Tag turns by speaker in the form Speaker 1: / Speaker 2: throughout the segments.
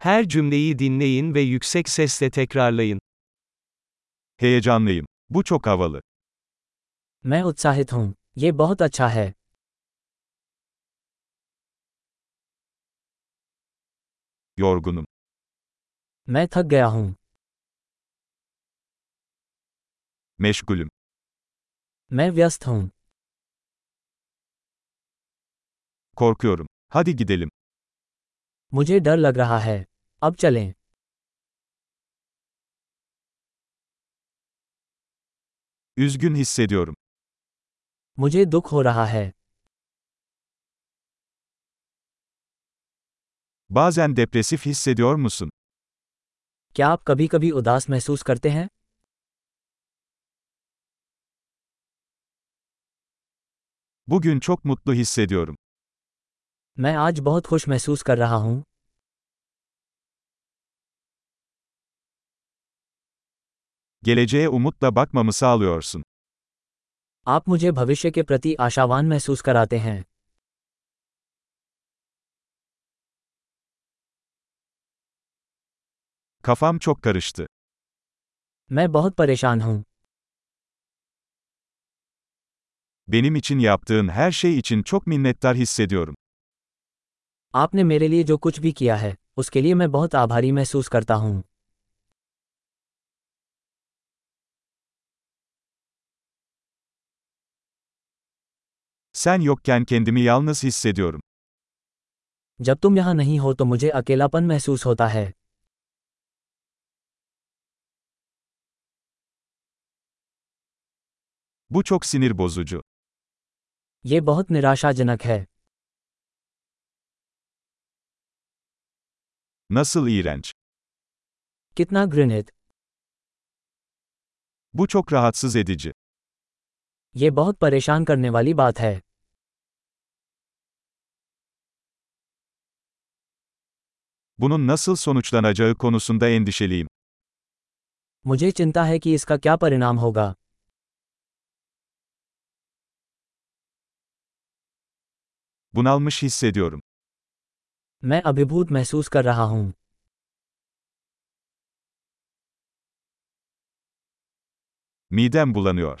Speaker 1: Her cümleyi dinleyin ve yüksek sesle tekrarlayın.
Speaker 2: Heyecanlıyım. Bu çok havalı.
Speaker 3: मैं उत्साहित हूँ ये बहुत अच्छा है
Speaker 2: Yorgunum.
Speaker 3: मैं थक गया हूँ
Speaker 2: Meşgulüm.
Speaker 3: मैं व्यस्त हूँ
Speaker 2: Korkuyorum. Hadi gidelim.
Speaker 3: मुझे डर लग रहा है अब चलें
Speaker 2: Üzgün hissediyorum.
Speaker 3: मुझे दुख हो रहा है
Speaker 2: Bazen depresif hissediyor musun?
Speaker 3: क्या आप कभी कभी उदास महसूस करते हैं
Speaker 2: Bugün çok mutlu hissediyorum.
Speaker 3: मैं आज बहुत खुश महसूस कर रहा हूँ
Speaker 2: Geleceğe umutla bakmamı sağlıyorsun.
Speaker 3: आप मुझे भविष्य के प्रति आशावान महसूस कराते हैं
Speaker 2: Kafam çok karıştı.
Speaker 3: मैं बहुत परेशान हूँ
Speaker 2: Benim için yaptığın her şey için çok minnettar hissediyorum.
Speaker 3: आपने मेरे लिए जो कुछ भी किया है उसके लिए मैं बहुत आभारी महसूस करता हूँ
Speaker 2: Sen yokken kendimi yalnız hissediyorum.
Speaker 3: जब तुम यहाँ नहीं हो तो मुझे अकेलापन महसूस होता है
Speaker 2: Bu çok sinir bozucu.
Speaker 3: ये बहुत निराशाजनक है
Speaker 2: Nasıl iğrenç.
Speaker 3: कितना घृणित
Speaker 2: Bu çok rahatsız edici.
Speaker 3: ये बहुत परेशान करने वाली बात है
Speaker 2: Bunun nasıl sonuçlanacağı konusunda endişeliyim.
Speaker 3: मुझे चिंता है कि इसका क्या परिणाम होगा
Speaker 2: Bunalmış hissediyorum.
Speaker 3: मैं अभिभूत महसूस कर रहा हूँ
Speaker 2: Midem bulanıyor.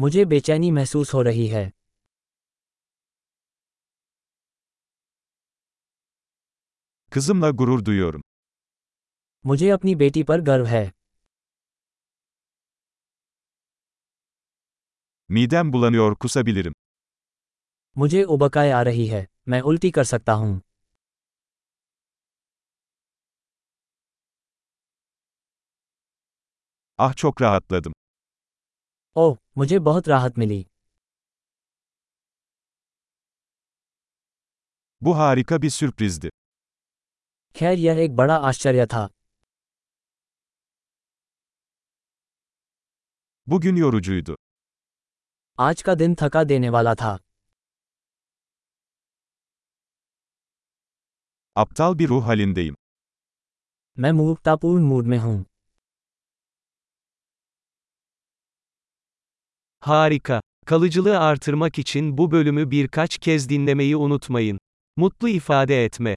Speaker 3: मुझे बेचैनी महसूस हो रही है
Speaker 2: Kızımla gurur duyuyorum.
Speaker 3: मुझे अपनी बेटी पर गर्व है
Speaker 2: Midem bulanıyor kusabilirim.
Speaker 3: मुझे उबकाई आ रही है मैं उल्टी कर सकता हूँ
Speaker 2: Ah çok rahatladım.
Speaker 3: ओह मुझे बहुत राहत मिली
Speaker 2: Bu harika bir sürprizdi.
Speaker 3: खैर यह एक बड़ा आश्चर्य था
Speaker 2: Bugün yorucuydu.
Speaker 3: आज का दिन थका देने वाला था
Speaker 2: Aptal bir ruh halindeyim.
Speaker 3: मैं मूर्खतापूर्ण मूड में हूँ
Speaker 1: Harika. Kalıcılığı artırmak için bu bölümü birkaç kez dinlemeyi unutmayın. Mutlu ifade etme